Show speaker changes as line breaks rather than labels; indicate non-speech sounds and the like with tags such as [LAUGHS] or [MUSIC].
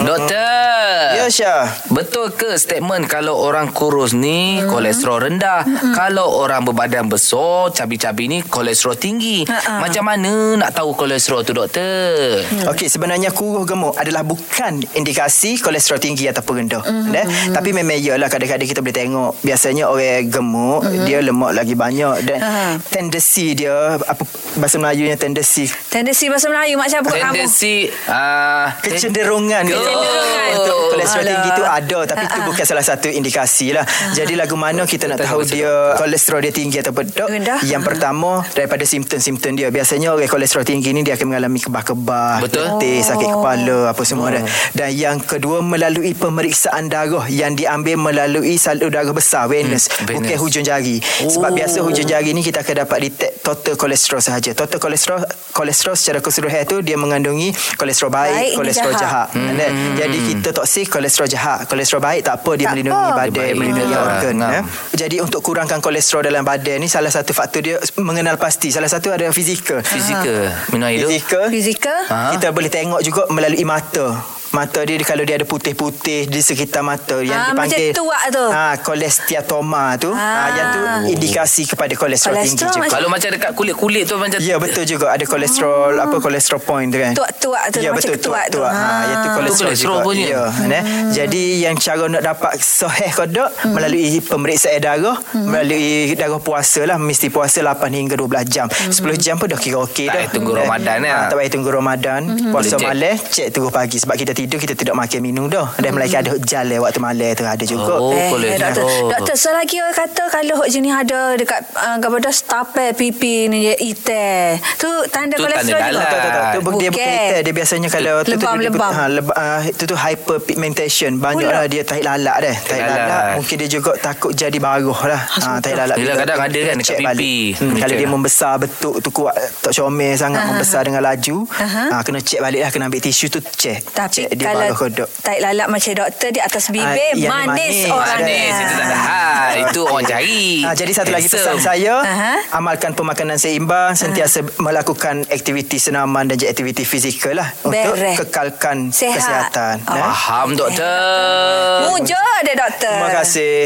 Doktor.
Ya Syah
Betul ke statement kalau orang kurus ni hmm. kolesterol rendah, hmm. kalau orang berbadan besar, cabi-cabi ni kolesterol tinggi.
Ha-ha.
Macam mana nak tahu kolesterol tu doktor?
Okey sebenarnya kurus gemuk adalah bukan indikasi kolesterol tinggi ataupun rendah mm-hmm. eh? tapi memang iyalah kadang-kadang kita boleh tengok biasanya orang gemuk mm-hmm. dia lemak lagi banyak dan
Ha.
tendensi dia apa bahasa Melayunya tendensi
Tendensi bahasa Melayu Mak Syah pukul kamu.
Tendensi ah
[LAUGHS] kecenderungan dia
Kecenderungan.
untuk kolesterol
Oh. Alah. Ah,
tinggi tu ada tapi itu bukan salah satu indikasi lah jadi lagu mana kita nak tahu dia kolesterol dia tinggi ataupun tak
Rendah. Ah.
yang pertama daripada simptom-simptom dia biasanya orang kolesterol tinggi ni dia akan mengalami kebah-kebah
Betul.
Oh.
Oh.
letih sakit kepala apa semua dah. dan yang kedua melalui pemeriksaan darah yang diambil melalui salur darah besar venous
venous.
bukan hujung jari sebab
Hmm, Oh.
biasa hujung jari ni kita akan dapat detect total kolesterol sahaja total kolesterol kolesterol secara keseluruhan tu dia mengandungi kolesterol baik baik,
Baik,
kolesterol
ini
jahat.
jahat.
Hmm. Kan? Jadi kita toksik kolesterol jahat. Kolesterol baik tak apa dia
Tak
melindungi
apa.
badan,
Dia baik.
melindungi
Ah,
organ.
ngam.
Ya? Jadi untuk kurangkan kolesterol dalam badan ni salah satu faktor dia mengenal pasti. Salah satu ada fizikal. Ah.
fizikal, minum air dulu.
Ha. Fizikal
Fizikal.
Ha?
kita boleh tengok juga melalui mata. Mata dia kalau dia ada putih-putih di sekitar mata yang
Ah,
dipanggil
macam tuak tu.
Ah kolesteatoma tu. Ah.
Ah.
yang tu indikasi kepada kolesterol, tinggi
Kolesterol
juga.
macam-
Kalau macam dekat kulit-kulit tu macam
Ya betul juga ada kolesterol apa kolesterol point tu kan.
Tuak-tuak tu,
Ya
macam
betul
ketuak
tuak
tu.
tuak. Ha
Ah. Hmm.
iaitu
Tu
kolesterol
kolesterol
juga.
punya.
Ya eh. Jadi yang cara nak dapat sahih kodok
Hmm.
melalui pemeriksaan darah melalui darah puasa lah mesti puasa 8 hingga 12 jam.
Hmm.
10 jam pun dah kira okey
Tak
dah.
payah tunggu Ramadan,
Eh,
ya.
ah, Tak payah tunggu Ramadan. Puasa
Hmm.
Boleh cek.
malam cek terus pagi sebab kita tidur kita tidak makan minum dah. Dan
Hmm.
melainkan ada jalan waktu malam tu ada juga.
Oh, boleh.
Eh, doktor.
Oh.
Doktor, selagi orang kata kalau hok jenis ada dekat uh, kepada stape pipi ni je ite. Tu tanda
Tu
kolesterol
tanda
juga.
dalam.
Tak, tak, tak. Tu bukan Ah, dia bukan
Bukan.
itel. Dia biasanya kalau tu- tu- tu- tu-
Lebam-lebam.
Ha, lebam, ah, itu tu hyperpigmentation. Banyak
Pula.
lah dia tahi lalat dah. Tahi
Tahi
lalat.
lalat.
Mungkin dia juga takut jadi baruh lah. Ha, tahi lalat.
Yelah, kadang ada kan dekat
Cek balik.
pipi.
Hmm,
Kena
kalau
cek
dia
lah.
membesar betul tu kuat tak comel sangat membesar dengan laju.
Aha.
Ha, kena cek balik lah. Kena ambil tisu tu cek.
Tapi
cek dia
kalau
baruh kodok.
tak lalat macam doktor di atas
Ah,
bibir
yang manis.
manis, orang
Manis
dia.
itu tak ada hal. Itu orang cari.
Ha, jadi satu lagi pesan
Handsome.
saya
Aha.
amalkan pemakanan seimbang sentiasa melakukan aktiviti senaman dan juga aktiviti fizikal lah untuk
Beres.
kekalkan
Sehat.
kesihatan.
Oh.
eh.
Faham doktor.
Mujur dia doktor.
Terima kasih.